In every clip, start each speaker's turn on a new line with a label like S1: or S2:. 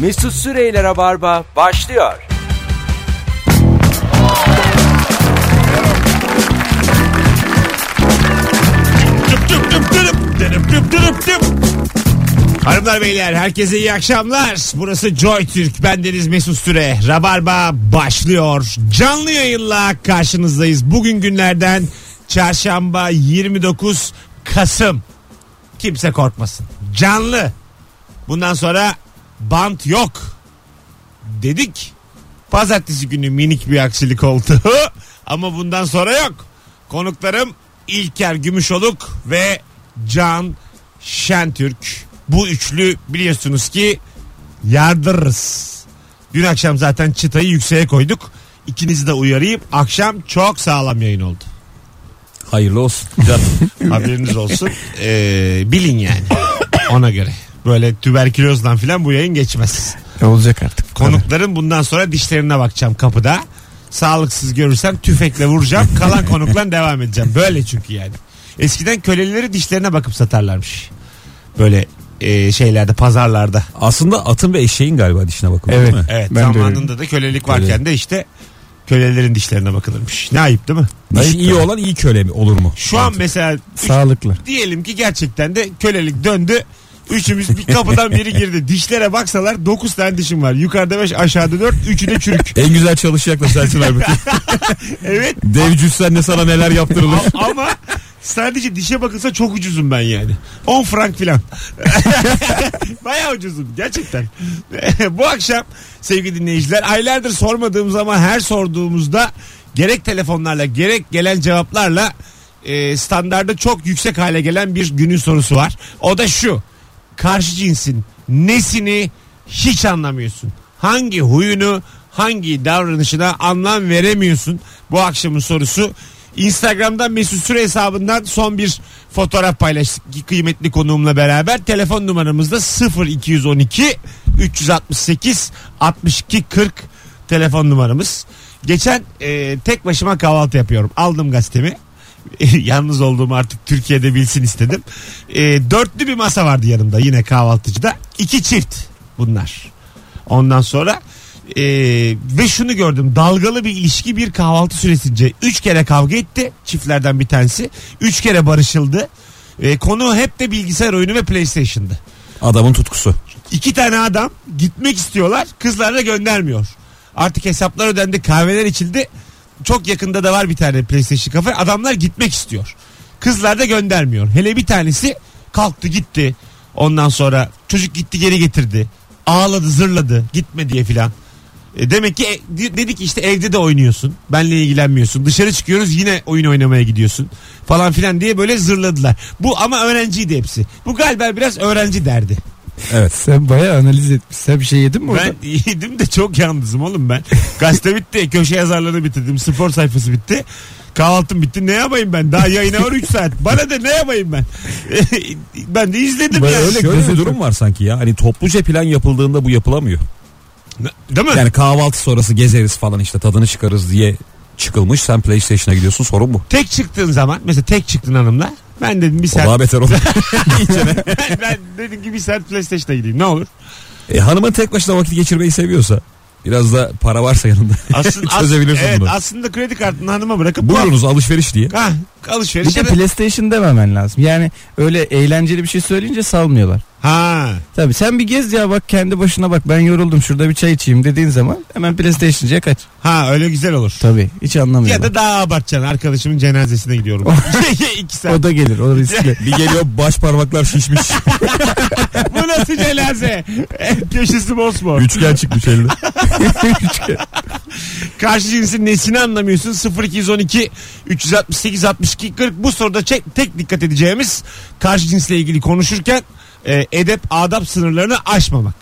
S1: Mesut Süreyle Rabarba başlıyor.
S2: Tüp tüp tüp tüp tüp tüp tüp tüp. Hanımlar beyler herkese iyi akşamlar. Burası Joy Türk. Ben Deniz Mesut Süre. Rabarba başlıyor. Canlı yayınla karşınızdayız. Bugün günlerden çarşamba 29 Kasım. Kimse korkmasın. Canlı. Bundan sonra bant yok. Dedik. Pazartesi günü minik bir aksilik oldu. Ama bundan sonra yok. Konuklarım İlker Gümüşoluk ve Can Şentürk. Bu üçlü biliyorsunuz ki yardırırız. Dün akşam zaten çıtayı yükseğe koyduk. İkinizi de uyarayım. Akşam çok sağlam yayın oldu.
S3: Hayırlı olsun.
S2: Haberiniz olsun. Ee, bilin yani. Ona göre. Böyle tüberkülozdan filan bu yayın geçmez.
S3: E, olacak artık.
S2: Konukların bundan sonra dişlerine bakacağım kapıda. Sağlıksız görürsem tüfekle vuracağım. Kalan konukla devam edeceğim. Böyle çünkü yani. Eskiden köleleri dişlerine bakıp satarlarmış. Böyle e, şeylerde pazarlarda.
S3: Aslında atın ve eşeğin galiba dişine bakılıyor
S4: Evet.
S3: değil mi?
S2: Evet
S4: Ben de
S2: zamanında da kölelik varken de işte kölelerin dişlerine bakılırmış. Ne ayıp değil mi?
S3: Dişi iyi olan iyi köle mi olur mu?
S2: Şu an mesela üç-
S4: Sağlıklı.
S2: diyelim ki gerçekten de kölelik döndü. Üçümüz bir kapıdan biri girdi. Dişlere baksalar 9 tane dişim var. Yukarıda 5 aşağıda 4 üçü de çürük.
S3: En güzel çalışacaklar sensin halbuki.
S2: Evet
S3: Dev cüssenle sana neler yaptırılır.
S2: A- ama sadece dişe bakılsa çok ucuzum ben yani. 10 frank filan. Bayağı ucuzum gerçekten. Bu akşam sevgili dinleyiciler aylardır sormadığımız ama her sorduğumuzda gerek telefonlarla gerek gelen cevaplarla e, standarda çok yüksek hale gelen bir günün sorusu var. O da şu. Karşı cinsin nesini hiç anlamıyorsun. Hangi huyunu, hangi davranışına anlam veremiyorsun? Bu akşamın sorusu. Instagram'dan Mesut Süre hesabından son bir fotoğraf paylaştık ki kıymetli konuğumla beraber. Telefon numaramız da 0212 368 62 40 telefon numaramız. Geçen e, tek başıma kahvaltı yapıyorum. Aldım gazetemi. Yalnız olduğumu artık Türkiye'de bilsin istedim. E, dörtlü bir masa vardı yanımda yine kahvaltıcıda. İki çift bunlar. Ondan sonra e, ve şunu gördüm. Dalgalı bir ilişki bir kahvaltı süresince üç kere kavga etti çiftlerden bir tanesi. Üç kere barışıldı. E, konu hep de bilgisayar oyunu ve PlayStation'dı.
S3: Adamın tutkusu.
S2: İki tane adam gitmek istiyorlar. Kızlar da göndermiyor. Artık hesaplar ödendi, kahveler içildi. Çok yakında da var bir tane PlayStation kafe. Adamlar gitmek istiyor. Kızlar da göndermiyor. Hele bir tanesi kalktı gitti. Ondan sonra çocuk gitti geri getirdi. Ağladı zırladı gitme diye filan. E, demek ki e, di- dedik işte evde de oynuyorsun. Benle ilgilenmiyorsun. Dışarı çıkıyoruz yine oyun oynamaya gidiyorsun. Falan filan diye böyle zırladılar. Bu ama öğrenciydi hepsi. Bu galiba biraz öğrenci derdi.
S3: Evet.
S4: Sen bayağı analiz etmişsin. Sen bir şey yedin mi orada?
S2: Ben yedim de çok yalnızım oğlum ben. Gazete bitti. Köşe yazarlarını bitirdim. Spor sayfası bitti. Kahvaltım bitti. Ne yapayım ben? Daha yayına var 3 saat. Bana da ne yapayım ben? ben de izledim
S4: Bana
S2: ya.
S4: öyle
S3: Şöyle bir
S4: gözüküyor.
S3: durum var sanki ya. Hani topluca plan yapıldığında bu yapılamıyor.
S2: Değil mi?
S3: Yani kahvaltı sonrası gezeriz falan işte tadını çıkarız diye çıkılmış. Sen PlayStation'a gidiyorsun sorun bu.
S2: Tek çıktığın zaman mesela tek çıktın hanımla. Ben dedim bir
S3: O daha
S2: saat.
S3: beter olur.
S2: ben, ben dedim ki bir saat PlayStation'a gideyim ne olur.
S3: E, hanımın tek başına vakit geçirmeyi seviyorsa biraz da para varsa yanında
S2: Aslında,
S3: çözebilirsin
S2: evet,
S3: bunu.
S2: aslında kredi kartını hanıma bırakıp
S3: Buyurunuz alışveriş diye.
S2: Ha, alışveriş.
S4: Bir şey de
S2: ya da-
S4: PlayStation dememen lazım. Yani öyle eğlenceli bir şey söyleyince salmıyorlar.
S2: Ha.
S4: Tabii sen bir gez ya bak kendi başına bak ben yoruldum şurada bir çay içeyim dediğin zaman hemen PlayStation'cıya kaç.
S2: Ha öyle güzel olur.
S4: Tabii hiç
S2: Ya
S4: anlamıyorlar.
S2: da daha abartacaksın. Arkadaşımın cenazesine gidiyorum. İki saat.
S4: O da gelir o riskli.
S3: Bir geliyor baş parmaklar şişmiş.
S2: Bu nasıl cenaze? Köşesi mosmor.
S3: Üçgen çıkmış elde.
S2: Karşı cinsin nesini anlamıyorsun? 0212 368 62 40 bu soruda çek, tek dikkat edeceğimiz karşı cinsle ilgili konuşurken e, edep adap sınırlarını aşmamak.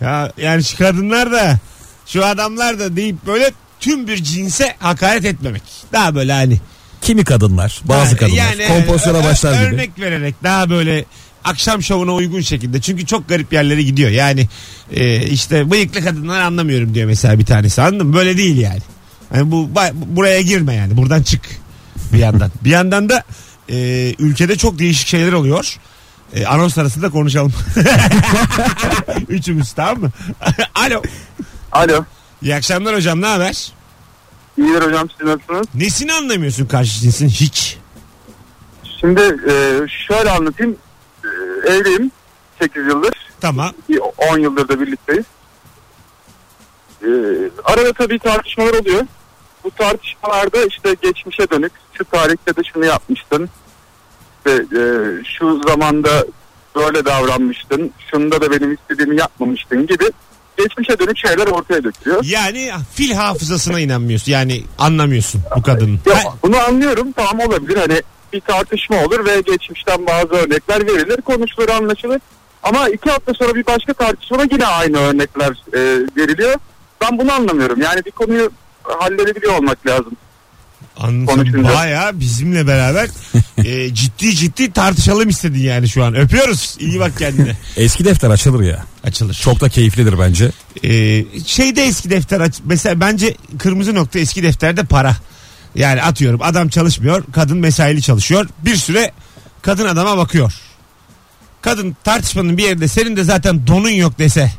S2: Ya yani şu kadınlar da şu adamlar da deyip böyle tüm bir cinse hakaret etmemek. Daha böyle hani
S3: Kimi kadınlar, bazı
S2: Ha,
S3: kadınlar kompozisyona
S2: ö- ö-
S3: başlar gibi.
S2: Örnek vererek daha böyle akşam şovuna uygun şekilde. Çünkü çok garip yerlere gidiyor. Yani e, işte bıyıklı kadınlar anlamıyorum diyor mesela bir tanesi. Anladın mı? Böyle değil yani. Hani bu ba- buraya girme yani. Buradan çık bir yandan. bir yandan da e, ülkede çok değişik şeyler oluyor. E, anons arasında konuşalım. Üçümüz tamam mı? Alo.
S5: Alo.
S2: İyi akşamlar hocam ne haber?
S5: İyidir hocam siz nasılsınız?
S2: Nesini anlamıyorsun karşı cinsin hiç?
S5: Şimdi e, şöyle anlatayım. E, evliyim. 8 yıldır.
S2: Tamam.
S5: Bir 10 yıldır da birlikteyiz. E, arada tabii tartışmalar oluyor. Bu tartışmalarda işte geçmişe dönük şu tarihte de şunu yapmıştın. İşte, e, şu zamanda böyle davranmıştın. Şunda da benim istediğimi yapmamıştın gibi geçmişe dönük şeyler ortaya dökülüyor.
S2: Yani fil hafızasına inanmıyorsun. Yani anlamıyorsun bu kadının.
S5: Ya,
S2: Ha,
S5: bunu anlıyorum tamam olabilir hani bir tartışma olur ve geçmişten bazı örnekler verilir konuşulur anlaşılır. Ama iki hafta sonra bir başka tartışmada yine aynı örnekler e, veriliyor. Ben bunu anlamıyorum yani bir konuyu halledebiliyor olmak lazım.
S2: Anladım.
S5: Konuşunca.
S2: Baya bizimle beraber e, ciddi ciddi tartışalım istedin yani şu an. Öpüyoruz. İyi bak kendine.
S3: Eski defter açılır ya.
S2: Açılır.
S3: Çok da keyiflidir bence.
S2: Ee, şeyde eski defter aç. Mesela bence kırmızı nokta eski defterde para. Yani atıyorum adam çalışmıyor, kadın mesaili çalışıyor. Bir süre kadın adama bakıyor. Kadın tartışmanın bir yerinde senin de zaten donun yok dese.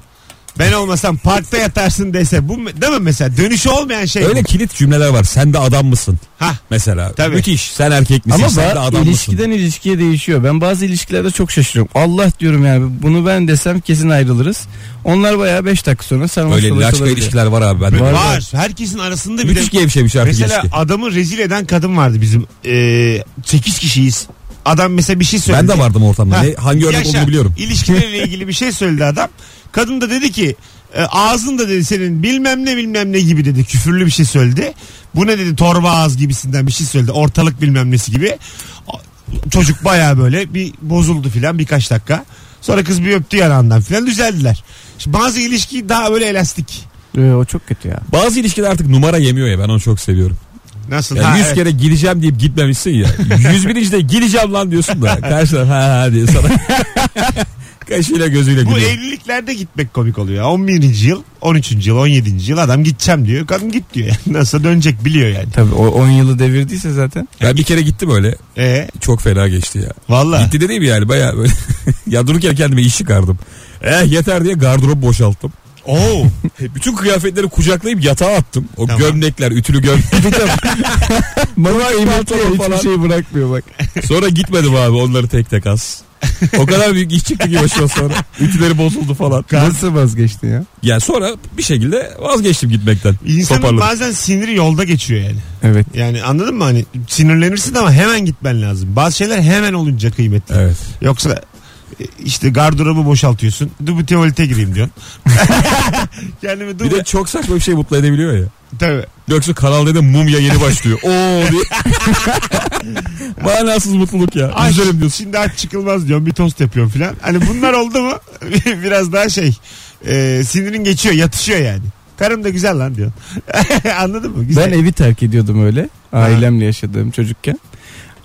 S2: Ben olmasam parkta yatarsın dese. Bu me- değil mi mesela? Dönüşü olmayan şey.
S3: Öyle kilit cümleler var. Sen de adam mısın?
S2: Ha.
S3: Mesela.
S2: Tabii.
S3: Müthiş. Sen erkek misin?
S4: Ama
S3: sen de
S4: ba-
S3: adam mısın?
S4: ilişkiden ilişkiye değişiyor. Ben bazı ilişkilerde çok şaşırıyorum. Allah diyorum yani bunu ben desem kesin ayrılırız. Onlar bayağı 5 dakika sonra sarma
S3: Öyle
S4: sarhoş
S3: laçka
S4: olabiliyor.
S3: ilişkiler var abi. Ben
S2: Var.
S3: var.
S2: Herkesin arasında bir de
S3: Müthiş gevşemiş artık
S2: mesela
S3: ilişki.
S2: adamı rezil eden kadın vardı bizim. Ee, 8 kişiyiz. Adam mesela bir şey söyledi.
S3: Ben de vardım ortamda.
S2: Ha,
S3: Ne, hangi örnek
S2: yaşa.
S3: olduğunu biliyorum.
S2: İlişkilerle ilgili bir şey söyledi adam. Kadın da dedi ki e, ağzın da dedi senin bilmem ne bilmem ne gibi dedi. Küfürlü bir şey söyledi. Bu ne dedi torba ağız gibisinden bir şey söyledi. Ortalık bilmem nesi gibi. A- Çocuk baya böyle bir bozuldu filan birkaç dakika. Sonra kız bir öptü yanağından filan düzeldiler. Şimdi bazı ilişki daha böyle elastik.
S4: Ee, o çok kötü ya.
S3: Bazı ilişkiler artık numara yemiyor ya ben onu çok seviyorum.
S2: Nasıl?
S3: Yani
S2: Ha,
S3: 100
S2: evet.
S3: kere gideceğim deyip gitmemişsin ya. 101. de gideceğim lan diyorsun da. Karşıdan ha ha diye sana. Kaşıyla gözüyle
S2: Bu
S3: gülüyor.
S2: evliliklerde gitmek komik oluyor. 11. yıl, 13. yıl, 17. yıl adam gideceğim diyor. Kadın git diyor. Nasıl dönecek biliyor yani.
S4: Tabii o 10 yılı devirdiyse zaten.
S3: Ben bir kere gittim öyle.
S2: E
S3: Çok fena geçti ya.
S2: valla.
S3: Gitti dediğim yani baya böyle. ya dururken kendime iş çıkardım. Eh yeter diye gardırobu boşalttım.
S2: Oo.
S3: Bütün kıyafetleri kucaklayıp yatağa attım. O
S2: Tamam.
S3: gömlekler, ütülü gömlekler.
S4: Bana
S3: pantolon
S4: hiçbir
S3: falan.
S4: şey bırakmıyor bak.
S3: sonra gitmedim abi onları tek tek as. O kadar büyük iş çıktı ki başıma sonra. Ütüleri bozuldu falan.
S4: Nasıl vazgeçtin ya?
S3: Yani sonra bir şekilde vazgeçtim gitmekten.
S2: İnsanın
S3: Toparladım.
S2: bazen siniri yolda geçiyor yani.
S4: Evet.
S2: Yani anladın mı hani sinirlenirsin ama hemen gitmen lazım. Bazı şeyler hemen olunca kıymetli.
S3: Evet.
S2: Yoksa e, işte gardırobu boşaltıyorsun. Dubu tuvalete gireyim diyorsun. Kendimi
S3: Bir
S2: dubu...
S3: de çok saçma bir şey mutlu edebiliyor ya.
S2: Tabii.
S3: Yoksa Kanal D'de mum ya yeni başlıyor. Oo diye. Manasız mutluluk ya.
S2: Ay,
S3: Güzelim diyorsun.
S2: Şimdi aç çıkılmaz diyorum bir tost yapıyorum filan. Hani bunlar oldu mu biraz daha şey e, sinirin geçiyor yatışıyor yani. Karım da güzel lan diyor. Anladın mı? Güzel.
S4: Ben evi terk ediyordum öyle. Ailemle yaşadığım çocukken.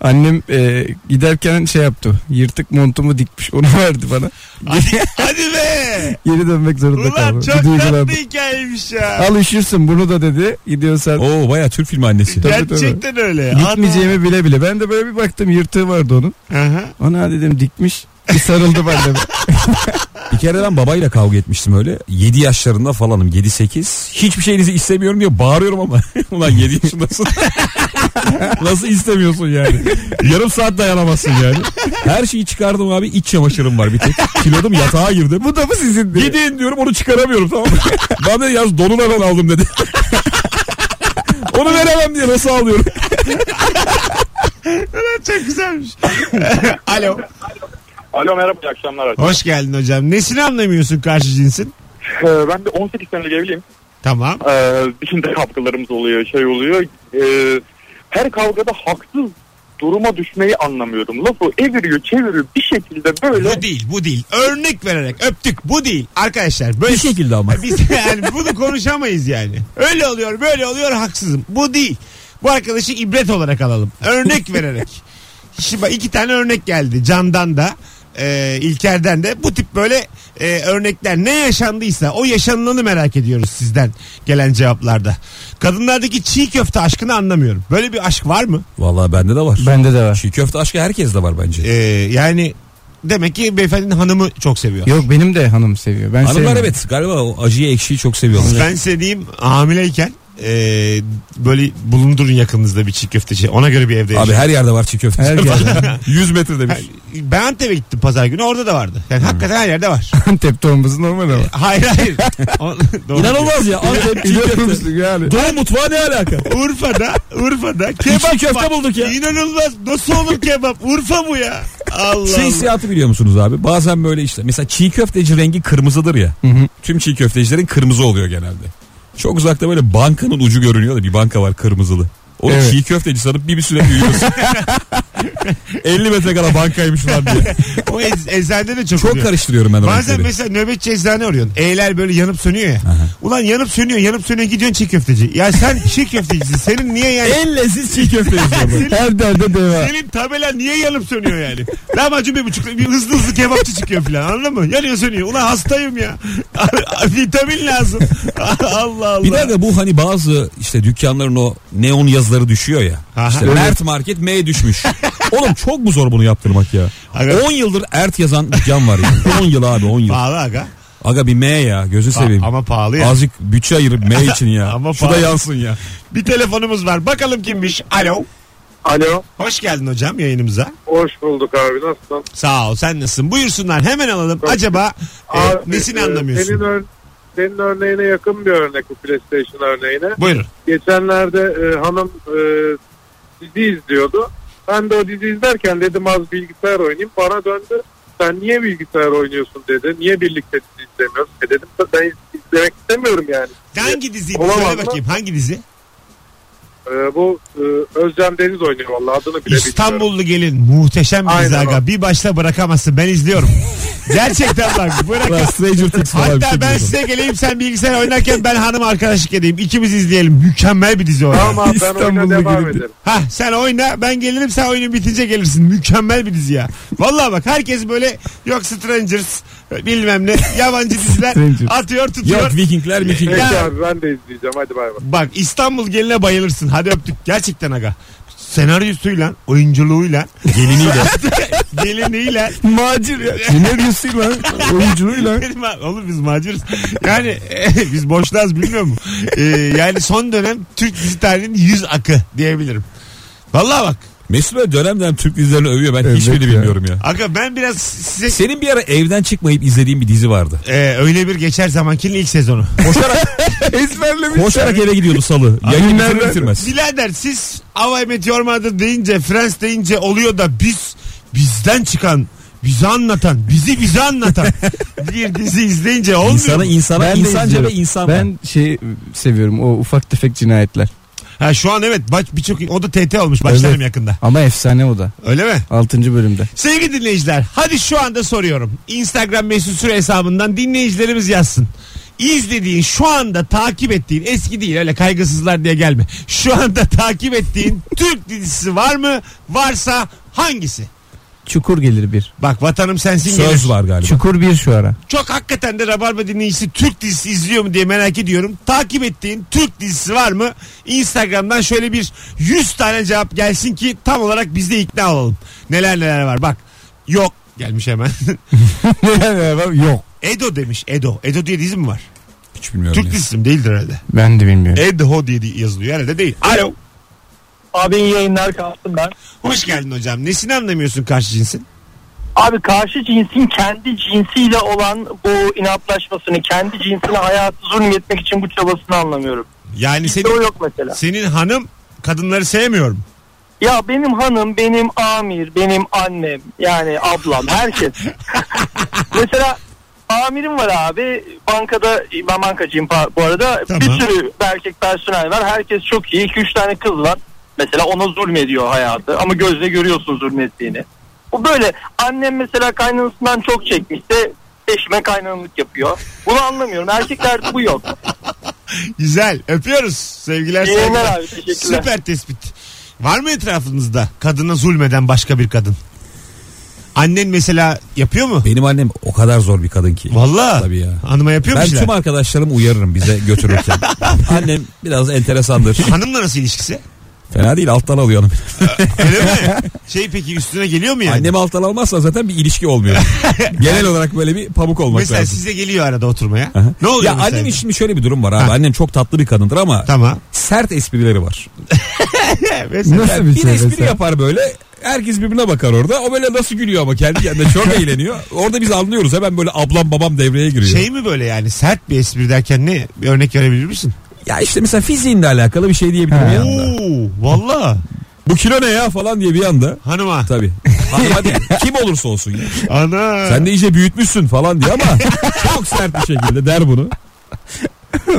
S4: Annem e, giderken şey yaptı. Yırtık montumu dikmiş. Onu verdi bana.
S2: Hadi, hadi be.
S4: Geri dönmek zorunda
S2: Ulan
S4: kaldım.
S2: çok tatlı hikayeymiş ya.
S4: Al üşürsün bunu da dedi. Gidiyorsan
S3: Oo baya Türk filmi annesi.
S4: Tabii, tabii.
S2: Gerçekten öyle.
S4: gitmeyeceğimi bile bile. Ben de böyle bir baktım yırtığı vardı onun.
S2: Ana. Aha.
S4: Ona dedim dikmiş. Bir sarıldım anneme.
S3: Bir kere ben babayla kavga etmiştim öyle. 7 yaşlarında falanım 7-8. Hiçbir şeyinizi istemiyorum diye bağırıyorum ama. Ulan 7 yaşındasın. Nasıl istemiyorsun yani? Yarım saat dayanamazsın yani. Her şeyi çıkardım abi iç çamaşırım var bir tek. Kilodum yatağa girdim.
S4: Bu da mı sizin diye.
S3: Gidin diyorum onu çıkaramıyorum tamam mı? ben de yaz donu ben aldım dedi. onu veremem diye nasıl alıyorum?
S2: Çok güzelmiş. Alo.
S5: Alo merhaba iyi akşamlar.
S2: Hoş geldin hocam. Nesini anlamıyorsun karşı cinsin?
S5: E, ben de 18 senelik evliyim.
S2: Tamam.
S5: Ee, bizim de kavgalarımız oluyor şey oluyor. Ee, her kavgada haksız duruma düşmeyi anlamıyorum. Lafı eviriyor çeviriyor bir şekilde böyle
S2: Bu değil bu değil. Örnek vererek öptük bu değil. Arkadaşlar böyle
S3: Bir şekilde ama.
S2: biz yani bunu konuşamayız yani. Öyle oluyor böyle oluyor haksızım. Bu değil. Bu arkadaşı ibret olarak alalım. Örnek vererek. Şimdi bak iki tane örnek geldi. Candan da e, İlker'den de bu tip böyle e, örnekler ne yaşandıysa o yaşanılanı merak ediyoruz sizden gelen cevaplarda. Kadınlardaki çiğ köfte aşkını anlamıyorum. Böyle bir aşk var mı?
S3: Vallahi bende de var.
S4: Bende de var.
S3: Çiğ köfte aşkı herkes de var bence.
S2: E, yani demek ki beyefendinin hanımı çok seviyor.
S4: Yok benim de hanım seviyor. Ben
S3: Hanımlar
S4: sevmiyorum.
S3: evet galiba o acıyı ekşiyi çok seviyorlar.
S2: Ben size diyeyim hamileyken e, böyle bulundurun yakınınızda bir çiğ köfteci. Ona göre bir evde
S3: Abi
S2: yaşayın.
S3: her yerde var çiğ köfte.
S4: Her yerde.
S3: 100 metre demiş.
S2: Ben Antep'e gittim pazar günü orada da vardı.
S3: Hmm.
S2: Yani hakikaten her yerde var.
S4: Antep tombası normal ama.
S2: Hayır hayır. O- Doğru
S3: İnanılmaz ya. Antep çiğ
S4: İnanır
S3: köfte.
S4: mısın yani?
S3: Doğu mutfağı ne alaka?
S2: diyor. Urfa'da Urfa'da kebap
S3: İçli köfte
S2: var.
S3: bulduk ya.
S2: İnanılmaz. Nasıl olur kebap? Urfa bu ya. Allah
S3: Şey
S2: Allah.
S3: hissiyatı biliyor musunuz abi? Bazen böyle işte mesela çiğ köfteci rengi kırmızıdır ya.
S4: hı.
S3: Tüm çiğ köftecilerin kırmızı oluyor genelde. Çok uzakta böyle bankanın ucu görünüyor da bir banka var kırmızılı. O
S4: Evet.
S3: çiğ köfteci sanıp bir, bir süre büyüyorsun. 50 metre kadar bankaymış lan diye.
S2: O ez- eczanede de çok,
S3: Çok
S2: oluyor.
S3: karıştırıyorum ben o
S2: Bazen
S3: renkleri.
S2: mesela nöbetçi eczane arıyorsun. Eğler böyle yanıp sönüyor ya. Ulan yanıp sönüyor yanıp sönüyor gidiyorsun çiğ köfteci. Ya sen çiğ köftecisin. Senin niye yani?
S3: En leziz çiğ köfteci. bu.
S4: Her derde deva.
S2: Senin tabela niye yanıp sönüyor yani? Lahmacun bir buçuk bir hızlı hızlı kebapçı çıkıyor falan anladın mı? Yanıyor sönüyor. Ulan hastayım ya. Vitamin lazım. Allah Allah.
S3: Bir dakika bu hani bazı işte dükkanların o neon yazıları düşüyor ya.
S2: Aha.
S3: İşte
S2: Evet.
S3: Mert Market M düşmüş. Oğlum çok mu zor bunu yaptırmak ya?
S2: Aga.
S3: 10 yıldır Ert yazan dükkan var ya. 10 yıl abi 10 yıl.
S2: Pahalı aga.
S3: Aga bir M ya gözü seveyim.
S2: Pa- ama pahalı ya.
S3: Azıcık bütçe ayırıp M için ya.
S2: Ama
S3: Şu da
S2: pahalı.
S3: yansın ya.
S2: Bir telefonumuz var. Bakalım kimmiş? Alo.
S6: Alo.
S2: Hoş geldin hocam yayınımıza.
S6: Hoş bulduk abi nasılsın?
S2: Sağ ol. Sen nasılsın? Buyursunlar. Hemen alalım. Acaba e,
S6: Abi,
S2: nesini
S6: e,
S2: anlamıyorsun?
S6: Senin, ör- senin örneğine yakın bir örnek bu PlayStation örneğine.
S2: Buyurun.
S6: Geçenlerde e, hanım e, dizi izliyordu. Ben de o dizi izlerken dedim az bilgisayar oynayayım. Bana döndü. Sen niye bilgisayar oynuyorsun dedi. Niye birlikte dizi izlemiyorsun? E dedim ben izlemek istemiyorum yani.
S2: Hangi diziydi?
S6: Olamaz
S2: Söyle
S6: mı?
S2: bakayım. Hangi dizi?
S6: E, bu e, Özlem Deniz oynuyor vallahi adını bile bilmiyorum.
S2: İstanbullu gelin. Muhteşem bir dizi
S6: şey Aynen
S2: aga. Bir başla bırakamazsın. Ben izliyorum. Gerçekten bak.
S3: Ulan
S2: Bırak.
S3: Stranger Things falan bir şey
S2: Hatta ben
S3: diyorsun.
S2: size geleyim sen bilgisayar oynarken ben hanım arkadaşlık edeyim. İkimiz izleyelim. Mükemmel bir dizi o.
S6: Tamam abi ben oyuna
S4: İstanbullu
S6: devam
S4: gelin.
S6: ederim.
S2: Ha sen oyna ben gelirim sen oyunun bitince gelirsin. Mükemmel bir dizi ya. Vallahi bak herkes böyle yok Strangers bilmem ne yabancı diziler
S4: Strangers.
S2: atıyor tutuyor.
S3: Yok Vikingler Vikingler.
S6: Peki
S2: Ya.
S6: abi ben de izleyeceğim hadi bay bay.
S2: Bak İstanbul geline bayılırsın. Hadi öptük. Gerçekten aga. Senaryosuyla, oyunculuğuyla,
S3: Geliniyle.
S2: geliniyle.
S4: Macir ya. Senaryosuyla, oyunculuğuyla.
S2: Benim ha- Oğlum biz macırız. Yani e, biz boşluğuz bilmiyor musun? E, yani son dönem Türk dizi tarihinin yüz akı diyebilirim. Vallahi bak.
S3: Mesut Bey dönem dönem Türk dizilerini övüyor ben
S4: Evet
S3: hiçbirini
S4: ya.
S3: bilmiyorum ya.
S2: Aga ben biraz size
S3: Senin bir ara evden çıkmayıp izlediğin bir dizi vardı.
S2: e, öyle bir geçer zamankinin ilk sezonu.
S4: Ezberlemiş.
S3: Koşarak eve gidiyordu salı. Yayın
S4: Günlerden-
S3: bitirir bitirmez.
S2: Bilader siz How I Met Your Mother deyince Friends deyince oluyor da biz bizden çıkan bizi anlatan bizi bize anlatan bir dizi izleyince olmuyor.
S3: İnsana
S2: mu?
S3: insana
S4: Ben de
S3: insanca ve
S4: izliyorum.
S3: insan var.
S4: Ben şey seviyorum o ufak tefek cinayetler.
S2: Ha, şu an evet baş- birçok o da TT olmuş başlarım
S4: Evet.
S2: yakında.
S4: Ama efsane o da.
S2: Öyle mi?
S4: 6. bölümde.
S2: Sevgili dinleyiciler hadi şu anda soruyorum. Instagram mesut süre hesabından dinleyicilerimiz yazsın. İzlediğin şu anda takip ettiğin eski değil öyle kaygısızlar diye gelme. Şu anda takip ettiğin Türk dizisi var mı? Varsa hangisi?
S4: Çukur gelir bir.
S2: Bak vatanım sensin gelir.
S3: Söz var galiba.
S4: Çukur bir şu ara.
S2: Çok hakikaten de Rabarba dinleyicisi Türk dizisi izliyor mu diye merak ediyorum. Takip ettiğin Türk dizisi var mı? Instagram'dan şöyle bir 100 tane cevap gelsin ki tam olarak biz de ikna olalım. Neler neler var bak. Yok gelmiş hemen.
S4: Yok.
S2: Edo demiş Edo. Edo diye dizi mi var?
S3: Hiç bilmiyorum.
S2: Türk
S3: ya.
S2: dizisi mi? değildir herhalde.
S4: Ben de bilmiyorum. E,
S2: Edo diye di- yazılıyor herhalde değil. Alo.
S5: Abi iyi yayınlar kalsın ben.
S2: Hoş geldin hocam. Nesini anlamıyorsun karşı cinsin?
S5: Abi karşı cinsin kendi cinsiyle olan bu inatlaşmasını, kendi cinsine hayatı zulmetmek için bu çabasını anlamıyorum.
S2: Yani
S5: Bizde o
S2: senin,
S5: yok mesela.
S2: senin hanım kadınları sevmiyorum.
S5: Ya benim hanım, benim amir, benim annem yani ablam herkes. mesela amirim var abi bankada ben bankacıyım pa- bu arada
S2: Tamam.
S5: bir sürü erkek personel var herkes çok iyi 2-3 tane kız var mesela ona zulmediyor hayatı ama gözle görüyorsun zulmettiğini. Bu böyle annem mesela kaynanasından çok çekmişse eşime kaynanalık yapıyor. Bunu anlamıyorum erkeklerde bu yok.
S2: Güzel. Öpüyoruz. Sevgiler.
S5: İyi
S2: sevgiler.
S5: yayınlar abi teşekkürler.
S2: Süper tespit. Var mı etrafınızda kadına zulmeden başka bir kadın? Annen mesela yapıyor mu?
S3: Benim annem o kadar zor bir kadın ki.
S2: Valla.
S3: Tabii ya.
S2: Hanıma yapıyor mu
S3: Ben
S2: şeyler?
S3: tüm arkadaşlarımı uyarırım bize götürürken. Annem biraz enteresandır.
S2: Hanımla nasıl ilişkisi?
S3: Fena değil alttan alıyor hanım.
S2: Öyle mi? Şey peki üstüne geliyor mu yani?
S3: Annemi alttan almazsan zaten bir ilişki olmuyor. Genel olarak böyle bir pamuk olmak
S2: mesela
S3: lazım.
S2: size geliyor arada oturmaya.
S3: Aha.
S2: Ne oluyor
S3: Ya
S2: mesela?
S3: annem için şöyle bir durum var abi. Annem çok tatlı bir kadındır ama
S2: Tamam.
S3: sert esprileri var.
S2: Mesela.
S4: Nasıl bir
S3: Bir
S4: şey
S3: espri
S4: mesela?
S3: yapar böyle. Herkes birbirine bakar orada. O böyle nasıl gülüyor ama kendi kendine çok eğleniyor. Orada biz anlıyoruz. Hemen böyle ablam babam devreye giriyor.
S2: Şey mi böyle yani sert bir espri derken ne? Bir örnek verebilir misin?
S3: Ya işte mesela fiziğinle alakalı bir şey diyebilirim
S4: Ha.
S3: bir anda.
S2: Oo, valla
S3: Bu kilo ne ya falan diye bir anda.
S2: hanıma.
S3: Tabii. Hanıma değil, Kim olursa olsun ya.
S2: Ana.
S3: Sen de iyice büyütmüşsün falan diye ama çok sert bir şekilde der bunu.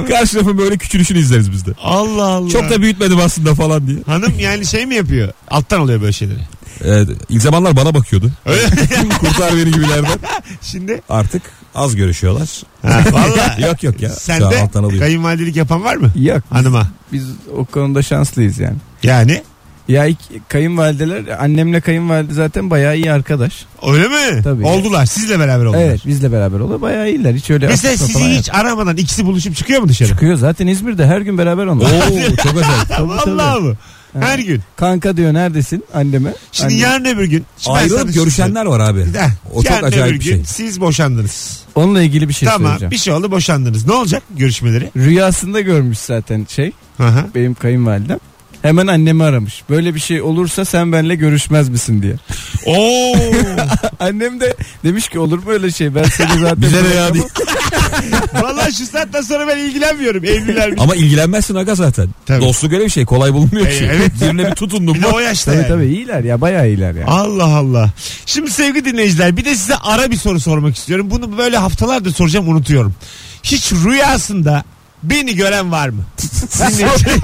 S3: Karşı tarafın böyle küçülüşünü izleriz biz de.
S2: Allah Allah.
S3: Çok da büyütmedim aslında falan diye.
S2: Hanım yani şey mi yapıyor? Alttan oluyor böyle şeyleri.
S3: Evet, ilk zamanlar bana bakıyordu. Kurtar beni gibilerden.
S2: Şimdi
S3: Artık az görüşüyorlar.
S2: ha, valla.
S3: Yok yok ya. Şu
S2: Sen
S3: an
S2: de
S3: alttan alıyor.
S2: kayınvalidelik yapan var mı?
S4: Yok
S2: Hanıma.
S4: biz o konuda şanslıyız yani.
S2: Yani
S4: Ya ilk kayınvalideler annemle kayınvalide zaten bayağı iyi arkadaş.
S2: öyle mi?
S4: Tabii.
S2: Oldular. Sizle beraber oldular.
S4: Evet bizle beraber oluyor bayağı iyiler hiç öyle.
S2: Mesela
S4: atışma
S2: sizi
S4: falan
S2: hiç aramadan ikisi buluşup çıkıyor mu dışarı?
S4: Çıkıyor zaten İzmir'de her gün beraber onlar.
S3: Oo çok acayip.
S4: Tabii, tabii.
S2: Vallahi mı? Her gün.
S4: Kanka diyor neredesin anneme.
S2: Şimdi
S4: Anne-
S2: yarın öbür gün. Şimdi ben sana
S3: Ayrılıp
S2: şunu
S3: görüşenler var abi.
S2: söyleyeyim. Heh,
S3: O çok
S2: yarın öbür
S3: acayip bir
S2: gün
S3: şey.
S2: Siz boşandınız.
S4: Onunla ilgili bir şey
S2: tamam
S4: söyleyeceğim.
S2: bir şey oldu boşandınız. Ne olacak görüşmeleri?
S4: Rüyasında görmüş zaten şey
S2: Hı hı.
S4: benim kayınvalidem. Hemen annemi aramış. Böyle bir şey olursa sen benimle görüşmez misin diye.
S2: Oo.
S4: Annem de demiş ki olur mu öyle şey ben seni zaten...
S3: Bize ne ya diye.
S2: Vallahi şu saatten sonra ben ilgilenmiyorum. şey. Evlilermiş.
S3: Ama ilgilenmezsin aga zaten.
S2: Tabii.
S3: Dostluk öyle bir şey. Kolay bulunmuyor
S2: E,
S3: ki.
S2: evet.
S3: Birine bir tutundun
S2: Bir de
S3: mu?
S2: o yaşta
S4: Tabii
S2: yani.
S4: tabii iyiler ya bayağı iyiler ya.
S2: Allah Allah. Şimdi sevgili dinleyiciler bir de size ara bir soru sormak istiyorum. Bunu böyle haftalardır soracağım unutuyorum. Hiç rüyasında beni gören var mı? Dinleyici-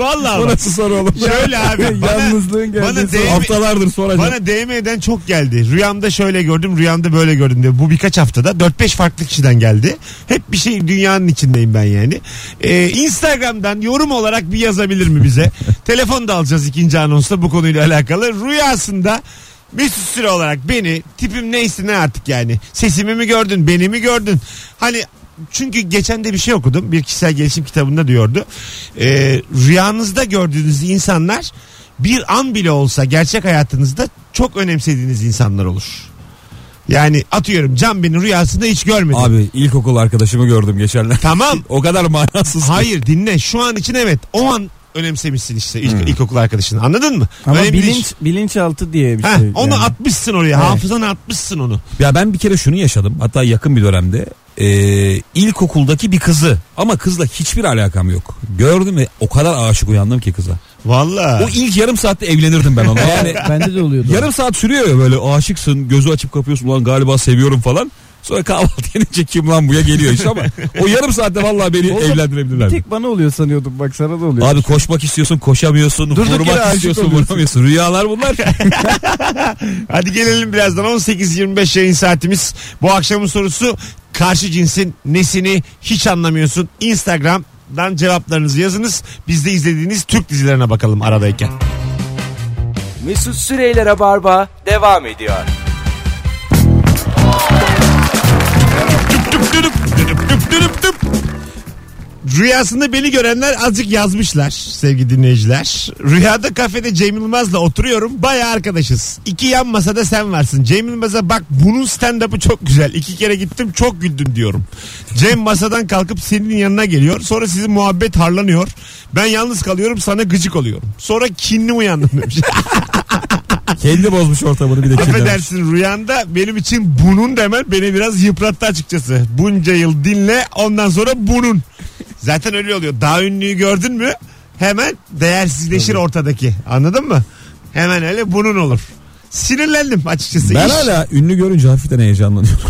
S2: Vallahi
S3: O
S2: bak.
S3: nasıl soru oğlum?
S2: Şöyle abi bana,
S4: Yalnızlığın
S2: bana
S4: geldiği
S2: değil-
S3: Haftalardır soracağım.
S2: bana DM'den çok geldi. Rüyamda şöyle gördüm, rüyamda böyle gördüm diye. Bu birkaç haftada 4-5 farklı kişiden geldi. Hep bir şey dünyanın içindeyim ben yani. Ee, Instagram'dan yorum olarak bir yazabilir mi bize? Telefon da alacağız ikinci anonsla bu konuyla alakalı. Rüyasında Mesut Süre olarak beni tipim neyse ne artık yani. Sesimi mi gördün, beni mi gördün? Hani çünkü geçen de bir şey okudum. Bir kişisel gelişim kitabında diyordu. Ee, rüyanızda gördüğünüz insanlar bir an bile olsa gerçek hayatınızda çok önemsediğiniz insanlar olur. Yani atıyorum Can beni rüyasında hiç görmedi.
S3: Abi ilkokul arkadaşımı gördüm geçenlerde.
S2: Tamam.
S3: O kadar manasız. ki.
S2: Hayır dinle. Şu an için evet. O an önemsemişsin işte ilk, ilkokul arkadaşını. Anladın mı?
S4: Hmm. Ama
S2: Önemli değil.
S4: bilinç, bilinçaltı diye bir
S2: Heh,
S4: şey.
S2: onu
S4: yani.
S2: atmışsın oraya.
S4: Evet.
S2: Hafızana atmışsın onu.
S3: Ya ben bir kere şunu yaşadım. Hatta yakın bir dönemde. Ee, ilkokuldaki bir kızı ama kızla hiçbir alakam yok. Gördüm ve o kadar aşık uyandım ki kıza.
S2: Valla.
S3: O ilk yarım saatte evlenirdim ben ona. Yani
S4: Bende de oluyordu.
S3: yarım saat sürüyor ya böyle aşıksın gözü açıp kapıyorsun ulan galiba seviyorum falan. Sonra kahvaltı edince kim lan buya geliyor işte ama o yarım saatte vallahi beni
S4: Oğlum,
S3: evlendirebilirler.
S4: Bir tek bana oluyor sanıyordum bak sana da oluyor.
S3: Abi koşmak istiyorsun koşamıyorsun,
S4: Durduk yere
S3: vurmak
S4: aşık
S3: istiyorsun
S4: oluyorsun.
S3: vuramıyorsun. Rüyalar bunlar.
S2: Hadi gelelim birazdan 18.25 yayın saatimiz. Bu akşamın sorusu karşı cinsin nesini hiç anlamıyorsun. Instagram'dan cevaplarınızı yazınız. Biz de izlediğiniz Türk dizilerine bakalım aradayken.
S1: Mesut Süreyler'e barba devam ediyor.
S2: Düp düdüp, düdüp düp düdüp düp. Rüyasında beni görenler azıcık yazmışlar sevgili dinleyiciler. Rüyada kafede Cem Yılmaz'la oturuyorum. Baya arkadaşız. İki yan masada sen varsın. Cem Yılmaz'a bak bunun stand-up'ı çok güzel. İki kere gittim çok güldüm diyorum. Cem masadan kalkıp senin yanına geliyor. Sonra sizin muhabbet harlanıyor. Ben yalnız kalıyorum sana gıcık oluyorum. Sonra kinli uyandım demiş.
S3: Kendi bozmuş ortamını bir de kirlenmiş.
S2: Affedersin rüyanda benim için bunun demen beni biraz yıprattı açıkçası. Bunca yıl dinle ondan sonra bunun. Zaten öyle oluyor. Daha ünlüyü gördün mü hemen değersizleşir ortadaki. Anladın mı? Hemen öyle bunun olur. Sinirlendim açıkçası.
S3: Ben
S2: İş-
S3: hala ünlü görünce hafiften heyecanlanıyorum.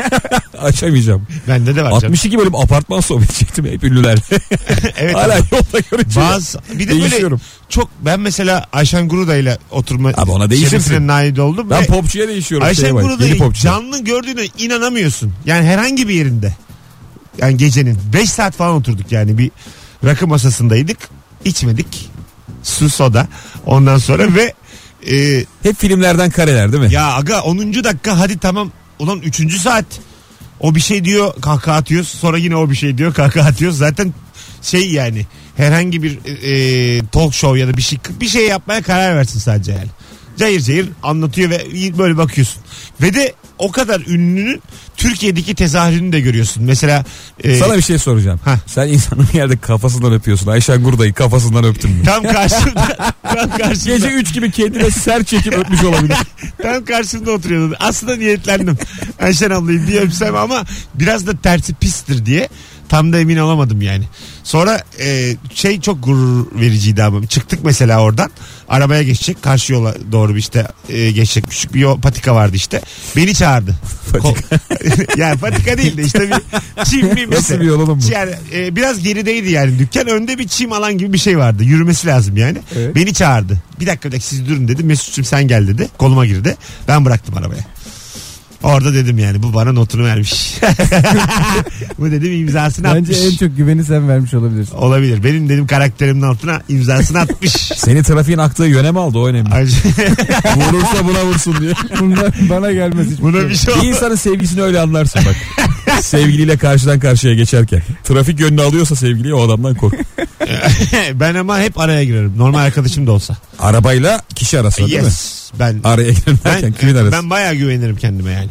S3: Açamayacağım.
S2: Bende de var. canım.
S3: 62 bölüm apartman sohbeti çektim hep ünlüler.
S2: Evet.
S3: hala yolda görünce.
S2: Bazı, bir de böyle
S3: Değişiyorum.
S2: çok ben mesela Ayşen Guruda ile oturma
S3: Abi ona değişirsin.
S2: şerefine nail oldum.
S3: Ben
S2: ve
S3: popçuya değişiyorum.
S2: Ayşen
S3: şeye bak, yeni
S2: Guruda'yı
S3: popçuya.
S2: canlı gördüğüne inanamıyorsun. Yani herhangi bir yerinde. Yani gecenin 5 saat falan oturduk yani bir rakı masasındaydık. İçmedik. Su soda. Ondan sonra ve e,
S3: Hep filmlerden kareler değil mi?
S2: ya aga 10. dakika hadi tamam. Ulan 3. saat. O bir şey diyor kahkaha atıyoruz. Sonra yine o bir şey diyor kahkaha atıyoruz. Zaten şey yani herhangi bir e, e, talk show ya da bir şey bir şey yapmaya karar versin sadece yani. Cayır cayır anlatıyor ve böyle bakıyorsun. Ve de o kadar ünlünün Türkiye'deki tezahürünü de görüyorsun. Mesela e,
S3: Sana bir şey soracağım.
S2: Hah.
S3: Sen insanın bir yerde kafasından öpüyorsun. Ayşe Gurday'ı kafasından öptün mü?
S2: tam karşımda tam karşımda
S3: Gece 3 gibi kendine ser çekip öpmüş olabilir.
S2: Tam karşımda oturuyordu. Aslında niyetlendim. Ayşen ablayı diye öpsem ama biraz da tersi pistir diye. Tam da emin olamadım yani. Sonra e, şey çok gurur vericiydi ama. Çıktık mesela oradan. Arabaya geçecek. Karşı yola doğru bir işte e, geçecek. Küçük bir yol, patika vardı işte. Beni çağırdı. Patika. yani patika değil de işte bir çim bir şey.
S3: Nasıl bir yol oğlum bu?
S2: yani e, biraz gerideydi yani dükkan. Önde bir çim alan gibi bir şey vardı. Yürümesi lazım yani.
S4: Evet.
S2: Beni çağırdı. Bir dakika bir dakika siz durun dedi. Mesut'cum sen gel dedi. Koluma girdi. Ben bıraktım arabaya. Orada dedim yani bu bana notunu vermiş. bu dedim imzasını
S4: Bence en
S2: atmış.
S4: çok güveni sen vermiş olabilirsin.
S2: Olabilir. Benim dedim karakterimin altına imzasını atmış.
S3: Seni trafiğin aktığı yöne mi aldı o önemli.
S2: Ayrıca
S3: Vurursa buna vursun diye.
S4: Bunlar bana gelmez hiç.
S2: Buna bir şey
S3: Bir
S2: olmaz.
S3: insanın sevgisini öyle anlarsın bak. Sevgiliyle karşıdan karşıya geçerken. Trafik yönünü alıyorsa sevgiliyi o adamdan kork.
S2: ben ama hep araya girerim. Normal arkadaşım da olsa.
S3: Arabayla kişi arasında değil mi?
S2: Yes. Ben
S3: Araya girin derken
S2: ben,
S3: kimin arası? Ben,
S2: ben bayağı güvenirim kendime yani.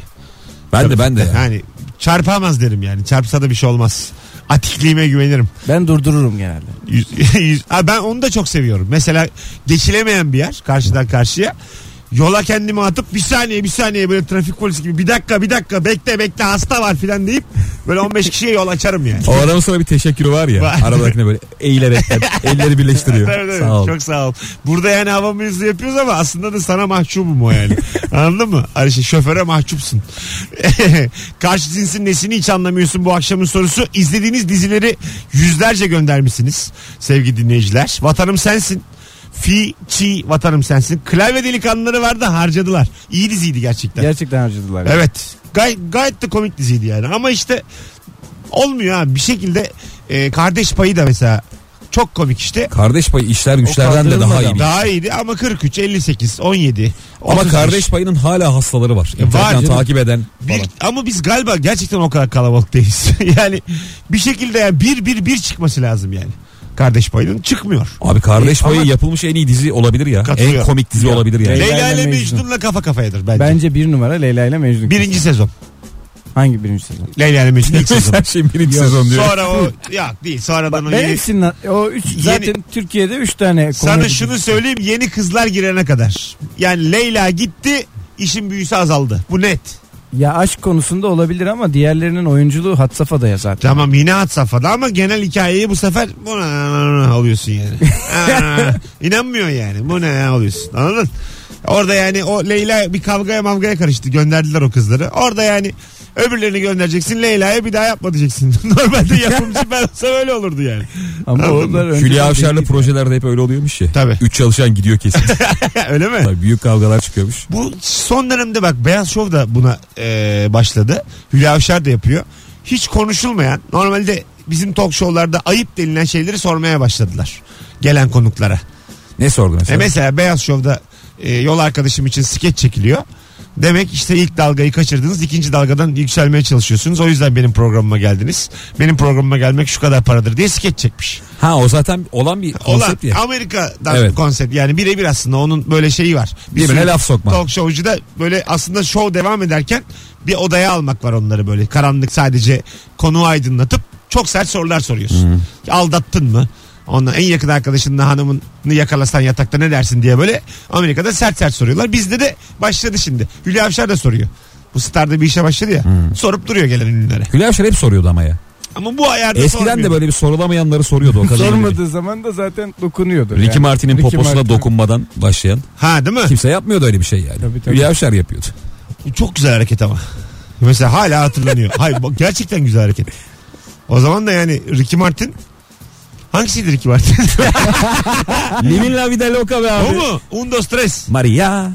S3: de ben de. ya.
S2: Yani çarpamaz derim yani. Çarpsa da bir şey olmaz. Atikliğime güvenirim.
S4: Ben durdururum genelde.
S2: Yüz, yüz- Aa, ben onu da çok seviyorum. Mesela geçilemeyen bir yer karşıdan karşıya. Yola kendimi atıp bir saniye bir saniye böyle trafik polisi gibi bir dakika bir dakika bekle bekle hasta var filan deyip böyle 15 kişiye yol açarım yani.
S3: O adamın sana bir teşekkürü var ya.
S2: Var.
S3: Arabadakine böyle eğilerek elleri birleştiriyor.
S2: Tabii, tabii.
S3: Sağ ol.
S2: Çok sağ ol. Burada yani havamızı yapıyoruz ama aslında da sana mahcubum o yani. Anladın mı? Ayşe şoföre mahcupsun. Karşı cinsin nesini hiç anlamıyorsun bu akşamın sorusu. İzlediğiniz dizileri yüzlerce göndermişsiniz sevgili dinleyiciler. Vatanım sensin. Fi, Çi, Vatanım Sensin. Klavye delikanlıları vardı harcadılar. İyi diziydi gerçekten.
S4: Gerçekten harcadılar. yani.
S2: Evet. Gay- gayet de komik diziydi yani. Ama işte olmuyor ha. Bir şekilde e, kardeş payı da mesela çok komik işte.
S3: Kardeş payı işler güçlerden de daha
S4: kaldırılmadı
S3: iyi. bir-
S2: Daha iyiydi ama 43, 58, 17.
S3: Ama
S2: 35.
S3: kardeş payının hala hastaları var.
S2: E, var
S3: İnternetten
S2: canım.
S3: takip eden
S2: Bir-
S3: falan.
S2: ama biz galiba gerçekten o kadar kalabalık değiliz. yani bir şekilde yani bir bir bir çıkması lazım yani. Kardeş payının çıkmıyor.
S3: Abi kardeş
S2: E, ama-
S3: payı yapılmış en iyi dizi olabilir ya. En
S2: Katılıyorum.
S3: komik dizi olabilir yani.
S4: Leyla
S2: Leyla ile
S4: ile Mecnun.
S2: Mecnun'la kafa kafayadır bence.
S4: Bence bir numara Leyla ile Mecnun.
S2: Birinci sezon.
S4: Hangi birinci sezon?
S2: Leyla ile Mecnun ilk şey sezon.
S3: Her şeyin birinci sezon diyor.
S2: Sonra o yok değil. Sonradan o
S4: Ben
S2: yeni-
S4: hepsinden E, o üç zaten Türkiye'de üç tane
S2: Sana
S4: komedi-
S2: şunu söyleyeyim yeni kızlar girene kadar. Yani Leyla gitti işin büyüsü azaldı. Bu net.
S4: Ya aşk konusunda olabilir ama diğerlerinin oyunculuğu had safhada ya zaten.
S2: Tamam yine hat safhada ama genel hikayeyi bu sefer bu ne alıyorsun yani. Aa, İnanmıyorsun yani. Bu ne alıyorsun anladın? Orada yani o Leyla bir kavgaya mavgaya karıştı. Gönderdiler o kızları. Orada yani öbürlerini göndereceksin. Leyla'ya bir daha yapma diyeceksin. Normalde yapımcı ben olsam öyle olurdu yani.
S4: Ama
S2: Tamam.
S4: onlar önce
S3: Hülya Avşar'la projelerde hep öyle oluyormuş ya.
S2: Tabii.
S3: Üç çalışan gidiyor kesin.
S2: öyle mi?
S3: Tabii büyük kavgalar çıkıyormuş.
S2: Bu son dönemde bak Beyaz Şov da buna e, başladı. Hülya Avşar da yapıyor. Hiç konuşulmayan normalde bizim talk show'larda ayıp denilen şeyleri sormaya başladılar. Gelen konuklara.
S3: Ne sordu
S2: E
S3: mesela?
S2: mesela Beyaz Şov'da e, yol arkadaşım için skeç çekiliyor. Demek işte ilk dalgayı kaçırdınız. ikinci dalgadan yükselmeye çalışıyorsunuz. O yüzden benim programıma geldiniz. Benim programıma gelmek şu kadar paradır diye skeç çekmiş.
S3: Ha o zaten olan bir
S2: Olan
S3: konsept ya.
S2: Amerika'dan
S3: Evet.
S2: konsept. Yani birebir aslında onun böyle şeyi var. Bir
S3: Birbirine
S2: sürü-
S3: laf sokma.
S2: Talk showcu da böyle aslında show devam ederken bir odaya almak var onları böyle. Karanlık sadece konuyu aydınlatıp çok sert sorular soruyorsun. Aldattın mı? Onunla en yakın arkadaşınla hanımını yakalasan yatakta ne dersin diye böyle Amerika'da sert sert soruyorlar. Bizde de başladı şimdi. Hülya Avşar da soruyor. Bu starda bir işe başladı ya. Sorup duruyor gelen ünlülere.
S3: Hülya Avşar hep soruyordu ama ya.
S2: Ama bu ayarda
S3: Eskiden
S2: sormuyor.
S3: de böyle bir sorulamayanları soruyordu o kadar.
S4: sormadığı zaman da zaten dokunuyordu.
S3: Ricky Martin'in
S4: Ricky
S3: poposuna
S4: Martin.
S3: dokunmadan başlayan.
S2: Ha değil mi?
S3: Kimse yapmıyordu öyle bir şey yani.
S4: Tabii, tabii.
S3: Hülya Avşar yapıyordu.
S2: Bu Çok güzel hareket ama. Mesela hala hatırlanıyor. Hayır bak gerçekten güzel hareket. O zaman da yani Ricky Martin Hangisiydi Ricky Martin?
S3: Limin la vida loca be
S2: o mu? Undo Stress.
S3: Maria.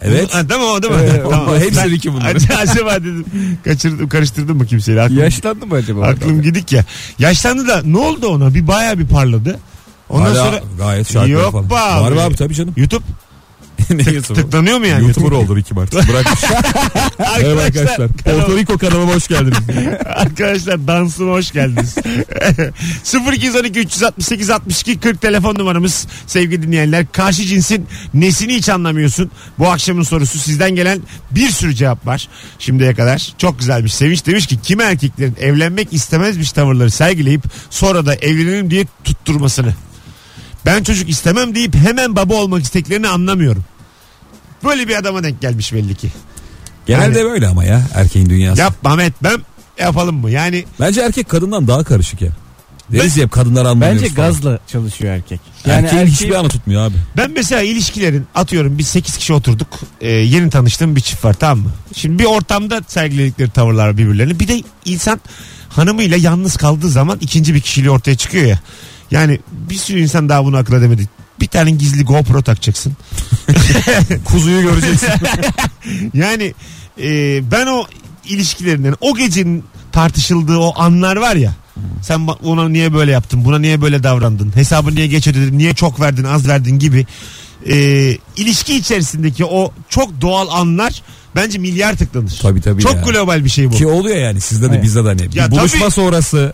S3: Evet.
S2: Ha, değil mi o değil mi?
S4: Evet.
S2: tamam.
S3: Hepsi Ricky bunlar.
S2: Ac- Acaba dedim kaçırdım karıştırdım mı kimseyle? Aklım,
S4: Yaşlandı mı acaba?
S2: aklım gidik ya. Yaşlandı da ne oldu ona? Bir bayağı bir parladı. Ondan
S3: Hala
S2: sonra
S3: gayet şarkıları
S2: Yok
S3: falan.
S2: be
S3: Var
S2: abi.
S3: be abi tabii canım.
S2: YouTube
S3: ne YouTuber?
S2: Tıklanıyor mu yani?
S3: YouTuber oldu Ricky Martin. Bırakmış. Merhaba arkadaşlar. Porto Rico kanalıma hoş geldiniz.
S2: Arkadaşlar dansıma hoş geldiniz. 0212 368 62 40 telefon numaramız sevgili dinleyenler. Karşı cinsin nesini hiç anlamıyorsun? Bu akşamın sorusu sizden gelen bir sürü cevap var şimdiye kadar. Çok güzelmiş. Sevinç demiş ki kime erkeklerin evlenmek istemezmiş tavırları sergileyip sonra da evlenelim diye tutturmasını. Ben çocuk istemem deyip hemen baba olmak isteklerini anlamıyorum. Böyle bir adama denk gelmiş belli ki.
S3: Genelde böyle ama ya erkeğin dünyası.
S2: Yapma Ahmet ben yapalım mı? Yani
S3: Bence erkek kadından daha karışık ya. Deriz ya hep kadınlar anlamıyoruz
S4: Bence
S3: falan.
S4: gazla çalışıyor erkek.
S3: Yani
S4: Yani
S3: Erkeğin
S4: erkeği-
S3: hiçbir anı tutmuyor abi.
S2: Ben mesela ilişkilerin atıyorum biz 8 kişi oturduk. Ee, yeni tanıştığım bir çift var tamam mı? Şimdi bir ortamda sergiledikleri tavırlar birbirlerine. Bir de insan hanımıyla yalnız kaldığı zaman ikinci bir kişiliği ortaya çıkıyor ya. Yani bir sürü insan daha bunu akıl edemedi. Bir tane gizli GoPro takacaksın.
S3: Kuzuyu göreceksin.
S2: Yani e, ben o ilişkilerinden o gecenin tartışıldığı o anlar var ya. Sen ba- ona niye böyle yaptın? Buna niye böyle davrandın? Hesabı niye geç ödedin? Niye çok verdin, az verdin gibi. E, ilişki içerisindeki o çok doğal anlar bence milyar tıklanır.
S3: tabii tabii
S2: çok
S3: ya.
S2: global bir şey bu.
S3: Ki oluyor yani sizde de
S4: Evet.
S3: bizde de hani. Bir
S2: Ya
S3: buluşma
S2: tabii.
S3: sonrası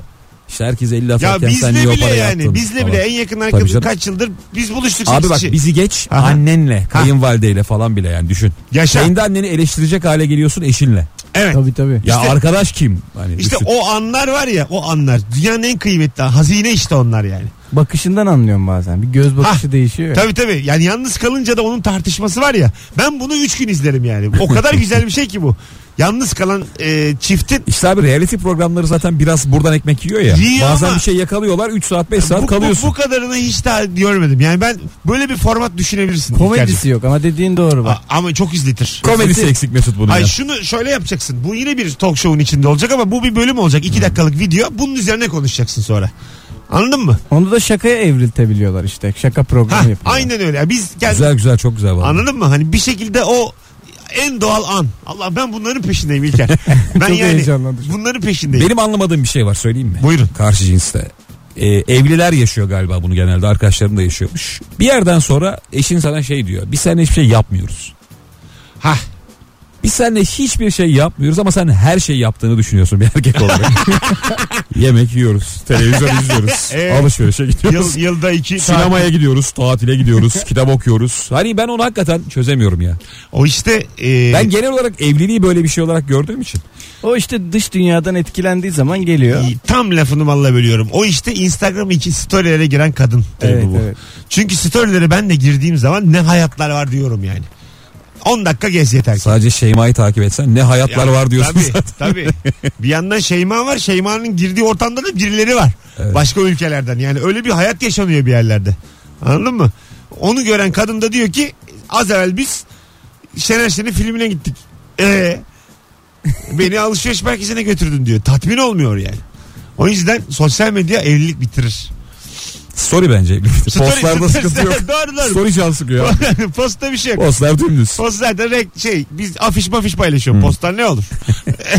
S3: işte herkes elli laf
S2: ya
S3: atarken sen
S2: bizle
S3: niye o
S2: bile
S3: parayı
S2: yani
S3: attın?
S2: bizle
S3: falan.
S2: bile en yakın
S3: Tabii
S2: arkadaşım
S3: canım.
S2: kaç yıldır biz buluştuk
S3: Abi
S2: sekiz
S3: bak
S2: kişi.
S3: bizi geç
S2: Aha.
S3: annenle kayınvalideyle falan bile yani düşün.
S2: Yaşa.
S3: Kendi anneni eleştirecek hale geliyorsun eşinle.
S2: Evet.
S4: Tabii tabii.
S3: Ya
S2: İşte-
S3: arkadaş kim? Hani
S2: İşte
S3: düşün.
S2: o anlar var ya o anlar dünyanın en kıymetli hazine işte onlar yani.
S4: Bakışından anlıyorum bazen. Bir göz bakışı değişiyor. ya.
S2: Tabii tabii. Yani yalnız kalınca da onun tartışması var ya. Ben bunu 3 gün izlerim yani. O kadar güzel bir şey ki bu. Yalnız kalan e, çiftin
S3: İşte abi reality programları zaten biraz buradan ekmek yiyor ya.
S2: Yiyor
S3: Bazen
S2: ama-
S3: bir şey yakalıyorlar 3 saat 5 saat
S2: bu, bu,
S3: kalıyorsun.
S2: bu kadarını hiç daha görmedim. Yani ben böyle bir format düşünebilirsin. İlker'cim.
S4: Komedisi yok ama dediğin doğru
S2: A-
S4: bak.
S2: ama çok izletir.
S3: Komedisi eksik Mesut bunun
S2: Ay
S3: ya.
S2: şunu şöyle yapacaksın. Bu yine bir talk show'un içinde olacak ama bu bir bölüm olacak. 2 dakikalık video. Bunun üzerine konuşacaksın sonra. Anladın mı?
S4: Onu da şakaya evriltebiliyorlar işte. Şaka
S2: Ha,
S4: programı yapıyorlar.
S2: aynen öyle. Yani Biz gel,
S3: Güzel güzel çok güzel var.
S2: Anladın mı? Hani bir şekilde o en doğal an. Allah ben bunların peşindeyim İlker. ben
S4: Çok
S2: yani
S4: heyecanlandım.
S2: bunların peşindeyim.
S3: Benim anlamadığım bir şey var söyleyeyim mi?
S2: Buyurun.
S3: Karşı cinste. Ee, evliler yaşıyor galiba bunu genelde arkadaşlarım da yaşıyormuş. Bir yerden sonra eşin sana şey diyor. Biz seninle hiçbir şey yapmıyoruz.
S2: Hah.
S3: Biz seninle hiçbir şey yapmıyoruz ama sen her şeyi yaptığını düşünüyorsun bir erkek olarak. Yemek yiyoruz, televizyon izliyoruz,
S2: Evet.
S3: alışverişe gidiyoruz.
S2: Yıl, yılda iki
S3: Sinemaya gidiyoruz, tatile gidiyoruz, kitap okuyoruz. Hani ben onu hakikaten çözemiyorum ya.
S2: O işte e,
S3: Ben genel olarak evliliği böyle bir şey olarak gördüğüm için.
S4: O işte dış dünyadan etkilendiği zaman geliyor.
S2: tam lafını valla bölüyorum. O işte Instagram iki storylere giren kadın. tabii
S4: Evet,
S2: bu.
S4: evet.
S2: Çünkü storylere ben de girdiğim zaman ne hayatlar var diyorum yani. 10 dakika gez yeter ki.
S3: Sadece Şeyma'yı takip etsen ne hayatlar
S2: Ya,
S3: var diyorsun
S2: Tabii,
S3: zaten.
S2: tabii. Bir yandan Şeyma var. Şeyma'nın girdiği ortamda da birileri var. Başka ülkelerden. Yani öyle bir hayat yaşanıyor bir yerlerde. Anladın mı? Onu gören kadın da diyor ki az evvel biz Şener Şen'in filmine gittik. Ee, beni alışveriş merkezine götürdün diyor. Tatmin olmuyor yani. O yüzden sosyal medya evlilik bitirir.
S3: Story bence.
S2: Story-
S3: Postlarda sıkıntı yok.
S2: doğru doğru.
S3: Story can sıkıyor. abi.
S2: Posta bir şey yok.
S3: Postlar dümdüz.
S2: Post zaten renk- şey biz afiş mafiş paylaşıyor. Postlar ne olur?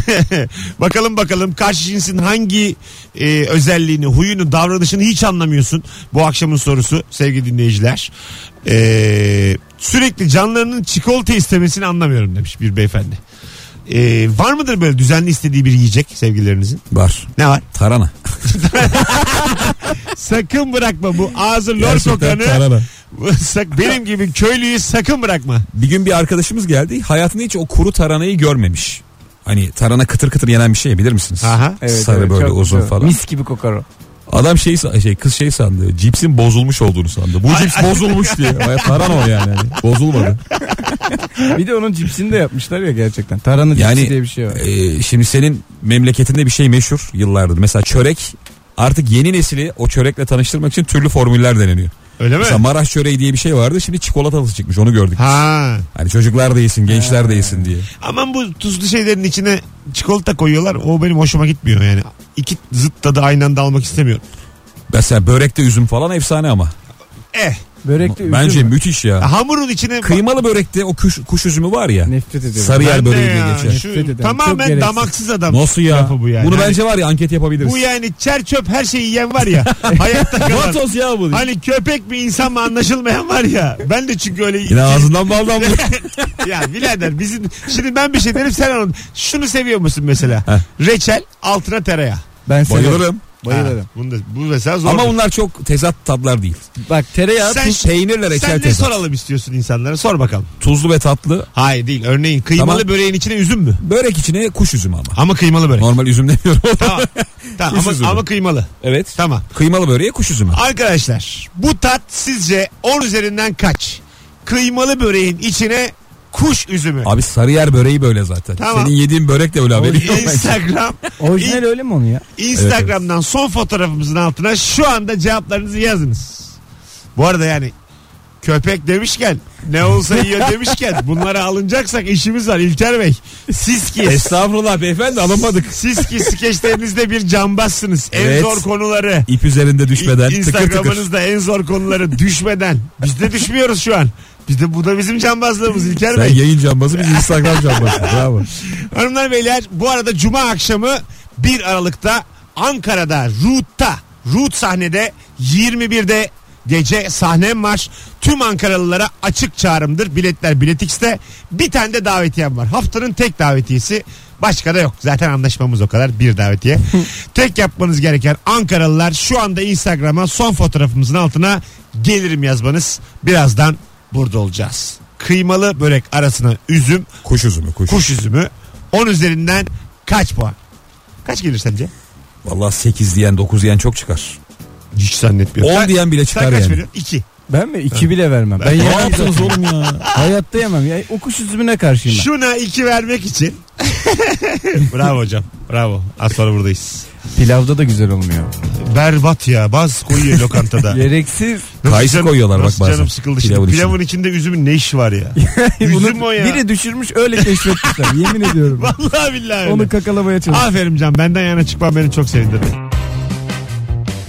S2: bakalım bakalım karşı cinsin hangi e, özelliğini, huyunu, davranışını hiç anlamıyorsun. Bu akşamın sorusu sevgili dinleyiciler. E, sürekli canlarının çikolata istemesini anlamıyorum demiş bir beyefendi. E, var mıdır böyle düzenli istediği bir yiyecek sevgililerinizin?
S3: Var.
S2: Ne var?
S3: Tarana.
S2: Sakın bırakma bu ağzı lor
S3: Gerçekten
S2: kokanı.
S3: tarana.
S2: Sak- Benim gibi köylüyü sakın bırakma.
S3: Bir gün bir arkadaşımız geldi. Hayatında hiç o kuru taranayı görmemiş. Hani tarana kıtır kıtır yenen bir şey bilir misiniz?
S2: Aha.
S4: Evet,
S3: Sarı
S4: evet,
S3: böyle
S4: çok
S3: uzun
S4: güzel.
S3: falan.
S4: Mis gibi kokar o.
S3: Adam şey, sa- şey kız şey sandı. Cipsin bozulmuş olduğunu sandı. Bu cips bozulmuş diye. Baya tarana o yani. Hani Bozulmadı.
S4: Bir de onun cipsini de yapmışlar ya gerçekten. Tarhana cipsi
S3: Yani
S4: diye bir şey var.
S3: e, şimdi senin memleketinde bir şey meşhur yıllardır. Mesela çörek artık yeni nesili o çörekle tanıştırmak için türlü formüller deneniyor.
S2: Öyle mi?
S3: Mesela Maraş çöreği diye bir şey vardı. Şimdi çikolatalısı çıkmış onu gördük.
S2: Ha.
S3: Hani çocuklar da yesin, gençler de yesin diye.
S2: Aman bu tuzlu şeylerin içine çikolata koyuyorlar. O benim hoşuma gitmiyor yani. İki zıt tadı aynı anda almak istemiyorum.
S3: Mesela börekte üzüm falan efsane ama.
S2: Eh.
S4: Börekli üzüm.
S3: Bence müthiş
S2: Ah,
S3: ya.
S2: Hamurun içine
S3: Kıymalı börekte o kuş, kuş üzümü var ya.
S4: Nefret ediyorum.
S3: Sarıyer
S2: Ben de
S3: böreği diye
S2: ya,
S3: geçer.
S2: şu
S4: Nefret ederim. Çok
S2: tamamen
S4: gereksiz.
S2: damaksız adam.
S3: Nasıl ya?
S2: lafı bu yani.
S3: Bunu
S2: Hani-
S3: bence var ya anket yapabiliriz.
S2: Bu yani çer çöp her şeyi yiyen var ya. hayatta kalan.
S3: Matos ya bu.
S2: hani köpek mi insan mı anlaşılmayan var ya. Ben de çünkü öyle
S3: Yine ağzından bal damlıyor.
S2: ya birader bizim şimdi ben bir şey derim sen anladın. Şunu seviyor musun mesela? Reçel altına tereyağı.
S4: Ben severim.
S3: Bayılırım.
S4: Bayılırım.
S2: Ha, bunu da, bu mesela zor. şey.
S3: Ama bunlar çok tezat tatlar değil.
S4: Bak tereyağı
S2: Sen
S4: tuz-
S2: ş-
S3: Peynirle reçel
S2: sen ne
S3: tezat.
S2: soralım istiyorsun insanlara? Sor bakalım.
S3: Tuzlu ve tatlı.
S2: Hayır değil. Örneğin kıymalı
S3: Tamam.
S2: böreğin içine üzüm mü?
S3: Börek içine kuş üzümü ama.
S2: Ama kıymalı börek.
S3: Normal üzüm demiyorum.
S2: tamam. tamam.
S3: Kuş üzümü.
S2: Ama, ama kıymalı.
S3: evet.
S2: Tamam.
S3: Kıymalı böreğe kuş üzümü.
S2: Arkadaşlar bu tat sizce 10 üzerinden kaç? Kıymalı böreğin içine kuş üzümü.
S3: Abi Sarıyer böreği böyle zaten.
S2: Tamam.
S3: Senin yediğin börek de öyle haberi yok.
S2: Instagram
S4: Orijinal öyle mi onu ya?
S2: Instagram'dan son fotoğrafımızın altına şu anda cevaplarınızı yazınız. Bu arada yani köpek demişken ne olsa yiyor demişken bunlara alınacaksak işimiz var İlker Bey. Siz ki
S3: Estağfurullah beyefendi alamadık.
S2: siz ki skeçlerinizde bir cambazsınız. En
S3: Evet.
S2: zor konuları.
S3: İp üzerinde düşmeden
S2: İ-
S3: tıkır tıkır.
S2: Instagram'ınızda en zor konuları düşmeden. Biz de düşmüyoruz şu an. Biz de bu da bizim cambazlığımız İlker
S3: Sen
S2: Bey.
S3: yayın cambazı biz Instagram cambazı. Bravo.
S2: Hanımlar beyler bu arada cuma akşamı 1 Aralık'ta Ankara'da Root'ta Root sahnede 21'de gece sahnem var. Tüm Ankaralılara açık çağrımdır. Biletler Biletix'te. Bir tane de davetiyem var. Haftanın tek davetiyesi. Başka da yok. Zaten anlaşmamız o kadar. Bir davetiye. tek yapmanız gereken Ankaralılar şu anda Instagram'a son fotoğrafımızın altına gelirim yazmanız. Birazdan burada olacağız. Kıymalı börek arasına üzüm,
S3: Kuş üzümü kuş.
S2: kuş üzümü 10 üzerinden kaç puan? Kaç gelir sence?
S3: Valla 8 diyen 9 diyen çok çıkar.
S2: Hiç zannetmiyorum.
S3: 10 diyen
S2: Sen
S3: bile çıkar
S2: kaç
S3: yani.
S2: veriyorsun? 2.
S4: Ben mi? İki bile vermem. Ben
S3: Ne
S4: yemem.
S3: yaptınız oğlum ya?
S4: Hayatta yemem. Ya, o kuş üzümüne karşıyım ben.
S2: Şuna 2 vermek için. Bravo hocam. Bravo. Az sonra buradayız.
S4: Pilavda da güzel olmuyor.
S2: Berbat ya. Baz koyuyor lokantada. Nasıl
S4: Gereksiz.
S3: Kayısı
S2: canım-
S3: koyuyorlar bak
S2: nasıl
S3: bazen.
S2: canım sıkıldı şimdi.
S3: Pilavın
S2: Pilavın,
S3: içine.
S2: içinde üzümün ne işi var ya? Üzüm o ya.
S4: Biri düşürmüş öyle keşfetmişler. Yemin ediyorum.
S2: Vallahi billahi öyle.
S4: Onu kakalamaya çalışıyor.
S2: Aferin Can. Benden yana çıkman beni çok sevindirdi.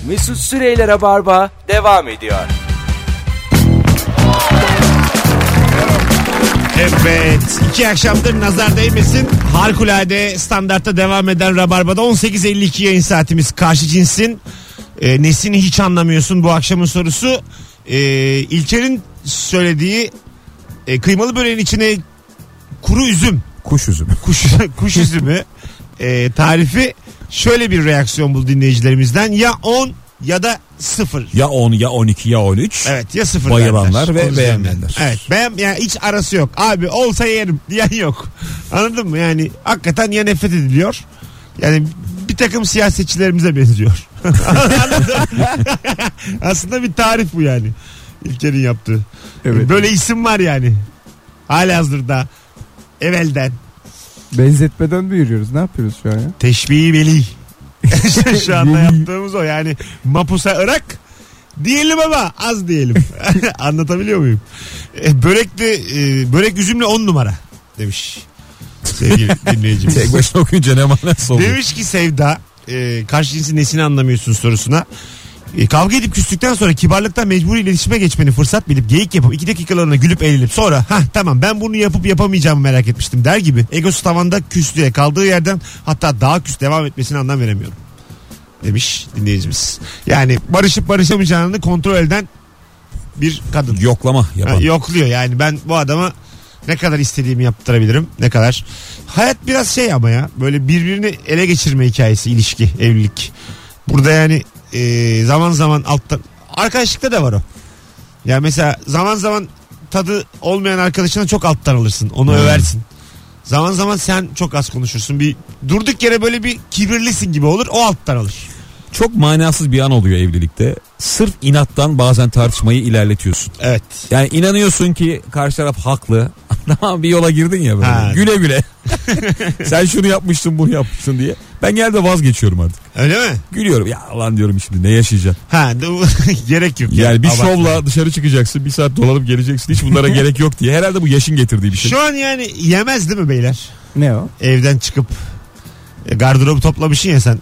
S1: Mesut Süreyler'e barba devam ediyor.
S2: Evet. iki akşamdır nazar değmesin. Harikulade standartta devam eden Rabarba'da 18.52 yayın saatimiz. Karşı cinsin e, nesini hiç anlamıyorsun bu akşamın sorusu. E, İlker'in söylediği e, kıymalı böreğin içine kuru üzüm,
S3: Kuş üzümü.
S2: kuş, kuş üzümü e, tarifi şöyle bir reaksiyon buldu dinleyicilerimizden. Ya 10 ya da 0
S3: Ya 10 ya 12 ya 13.
S2: Evet ya sıfır
S3: Bayılanlar
S2: verdiler.
S3: ve
S2: Onun üzerinden.
S3: beğenmeyenler.
S2: Evet beğen yani hiç arası yok. Abi olsa yerim diyen yok. Anladın mı? Yani hakikaten ya nefret ediliyor. Yani bir takım siyasetçilerimize benziyor. Anladın mı? Aslında bir tarif bu yani. İlker'in yaptığı.
S4: Evet.
S2: Böyle isim var yani. Halihazırda. Evvelden.
S4: Benzetmeden mi yürüyoruz? Ne yapıyoruz şu an ya?
S2: Teşbihi veli. Şu anda yaptığımız o yani Mapusa Irak diyelim ama az diyelim. Anlatabiliyor muyum? E, börek de e, börek üzümle on numara demiş sevgili
S3: Tek
S2: dinleyicimiz.
S3: başına okuyunca ne manası oluyor?
S2: demiş ki Sevda e, karşı cinsin nesini anlamıyorsun sorusuna. E, kavga edip küstükten sonra kibarlıktan mecburi iletişime geçmeni fırsat bilip geyik yapıp iki dakikalarına gülüp eğlenip sonra ha tamam ben bunu yapıp yapamayacağımı merak etmiştim der gibi egosu tavanda küslüğe kaldığı yerden hatta daha küs devam etmesine anlam veremiyorum demiş dinleyicimiz. Yani barışıp barışamayacağını kontrol eden bir kadın.
S3: Yoklama
S2: Ha,
S3: yapan.
S2: yokluyor yani ben bu adama ne kadar istediğimi yaptırabilirim ne kadar. Hayat biraz şey ama ya böyle birbirini ele geçirme hikayesi ilişki evlilik. Burada yani e, zaman zaman alttan arkadaşlıkta da var o. Ya mesela zaman zaman tadı olmayan arkadaşına çok alttan alırsın onu
S3: Hmm.
S2: översin. Zaman zaman sen çok az konuşursun bir durduk yere böyle bir kibirlisin gibi olur o alttan alır.
S3: Çok manasız bir an oluyor evlilikte. Sırf inattan bazen tartışmayı ilerletiyorsun.
S2: Evet.
S3: Yani inanıyorsun ki karşı taraf haklı. Ama bir yola girdin ya böyle.
S2: Ha.
S3: Güle güle. Sen şunu yapmıştın bunu yapmıştın diye. Ben genelde vazgeçiyorum artık.
S2: Öyle mi?
S3: Gülüyorum ya lan diyorum şimdi ne yaşayacaksın.
S2: Ha gerek yok.
S3: Yani bir
S2: Abartma.
S3: şovla dışarı çıkacaksın bir saat dolanıp geleceksin hiç bunlara gerek yok diye. Herhalde bu yaşın getirdiği bir şey.
S2: Şu an yani yemez değil mi beyler?
S4: Ne o?
S2: evden çıkıp e, gardırobu toplamışsın ya sen.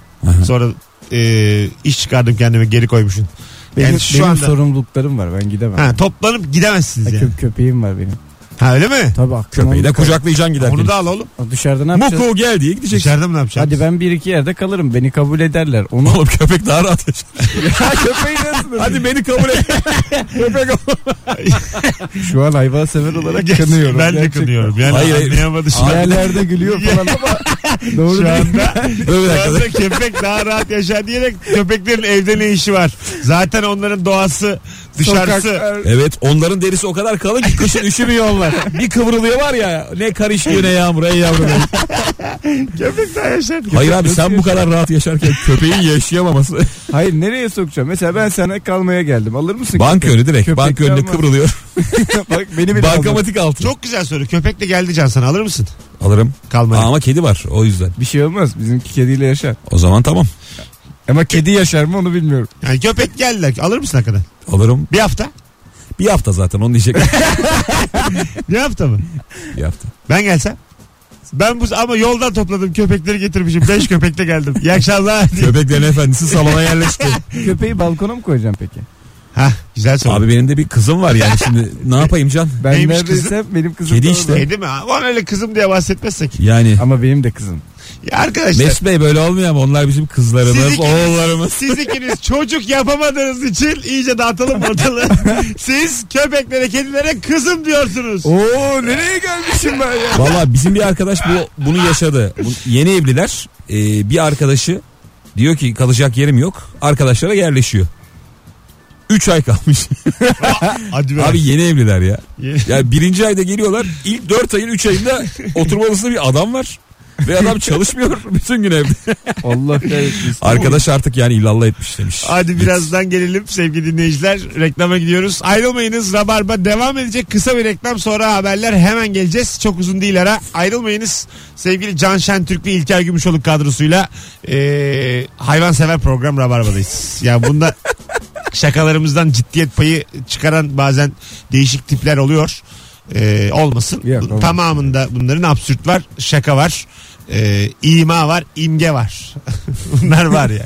S2: Sonra e, iş çıkardım kendime geri koymuşsun.
S4: Benim,
S2: Yani şu
S4: benim
S2: anda-
S4: sorumluluklarım var ben gidemem.
S2: Ha, toplanıp gidemezsiniz
S4: Ha,
S2: yani.
S4: kö- köpeğim var benim.
S2: Ha öyle mi?
S4: Tabii aklıma
S3: Köpeği de
S4: bir-
S3: kucaklayacaksın giderken.
S2: Onu da al oğlum.
S4: Dışarıda ne yapacağız?
S3: Muku gel diye gideceksin.
S2: Dışarıda mı ne yapacaksın?
S4: Hadi ben bir iki yerde kalırım. Beni kabul ederler. Onu
S3: Oğlum köpek daha rahat yaşar. Hadi beni kabul et. köpek ol.
S4: şu an hayvan sever olarak
S2: Gerçi
S4: kınıyorum.
S2: Ben de
S4: Gerçekten.
S2: kınıyorum. Yani
S3: Hayır,
S2: hayır,
S3: hayır.
S2: anlayamadı şu an.
S4: Yerlerde gülüyor falan ama doğru
S2: Şu
S4: değil.
S2: anda,
S3: Dur bir
S2: şu
S3: dakika.
S2: anda köpek daha rahat yaşar diyerek köpeklerin evde ne işi var? Zaten onların doğası dışarısı.
S4: Sokak-
S3: Evet onların derisi o kadar kalın ki kışın üşümüyorlar. Bir kıvrılıyor var ya ne karışıyor ne yağmur ey yavrum.
S2: Köpek daha yaşar.
S3: Hayır abi sen bu kadar rahat yaşarken köpeğin yaşayamaması.
S4: Hayır nereye sokacağım? Mesela ben sana kalmaya geldim. Alır mısın?
S3: Banka
S4: köpeği?
S3: önü direkt.
S4: Köpek
S3: Banka önüne
S4: kalmaz.
S3: kıvrılıyor.
S4: Bak beni bile almaz.
S3: Bankamatik altı.
S2: Çok güzel soru. Köpek de geldi Can sana alır mısın?
S3: Alırım.
S2: Kalmaya.
S3: Aa, ama kedi var o yüzden.
S4: Bir şey olmaz. Bizimki kediyle yaşar.
S3: O zaman tamam.
S4: Ama kedi yaşar mı onu bilmiyorum.
S2: Yani köpek geldi. Alır mısın hakikaten?
S3: Alırım.
S2: Bir hafta.
S3: Bir hafta zaten onu diyecek.
S2: Bir hafta mı?
S3: bir hafta.
S2: Ben gelsem. Ben bu ama yoldan topladım köpekleri getirmişim. Beş köpekle geldim. İyi akşamlar. diye.
S3: Köpeklerin efendisi salona yerleşti.
S4: Köpeği balkona mı koyacağım peki?
S2: Hah güzel soru.
S3: abi benim de bir kızım var yani şimdi ne yapayım can?
S4: Ben
S2: Neymiş
S4: neredeysem benim kızım.
S3: Kedi
S4: da
S3: işte.
S4: orada.
S2: Kedi Şey mi? Ha, Ona öyle kızım diye bahsetmezsek.
S3: Yani
S4: Ama benim de kızım.
S2: Ya arkadaşlar.
S3: Mesut Bey böyle olmuyor ama onlar bizim
S2: Siz
S3: kızlarımız,
S2: ikiniz-
S3: oğullarımız.
S2: Siz ikiniz çocuk yapamadığınız için iyice dağıtalım ortalığı. Siz köpeklere, kedilere kızım diyorsunuz.
S4: Oo nereye gelmişim ben ya?
S3: Valla bizim bir arkadaş bu bunu yaşadı. Bu- yeni evliler e, bir arkadaşı diyor ki kalacak yerim yok. Arkadaşlara yerleşiyor. 3 ay kalmış.
S2: Hadi be.
S3: Abi yeni evliler ya.
S2: Yeni-
S3: Ya birinci ayda geliyorlar. İlk 4 ayın 3 ayında oturma odasında bir adam var. Ve adam çalışmıyor bütün gün evde.
S4: Allah kahretsin.
S3: Arkadaş artık yani illallah etmiş demiş.
S2: Hadi birazdan gelelim sevgili dinleyiciler. Reklama gidiyoruz. Ayrılmayınız. Rabarba devam edecek. Kısa bir reklam sonra haberler hemen geleceğiz. Çok uzun değil ara. Ayrılmayınız. Sevgili Can Şentürk ve İlker Gümüşoluk kadrosuyla eee hayvansever program Rabarba'dayız. Ya bunda şakalarımızdan ciddiyet payı çıkaran bazen değişik tipler oluyor. Eee, olmasın.
S4: Yok, olmaz.
S2: Tamamında bunların e, absürt var, şaka var, eee ima var, imge var. Bunlar var yani.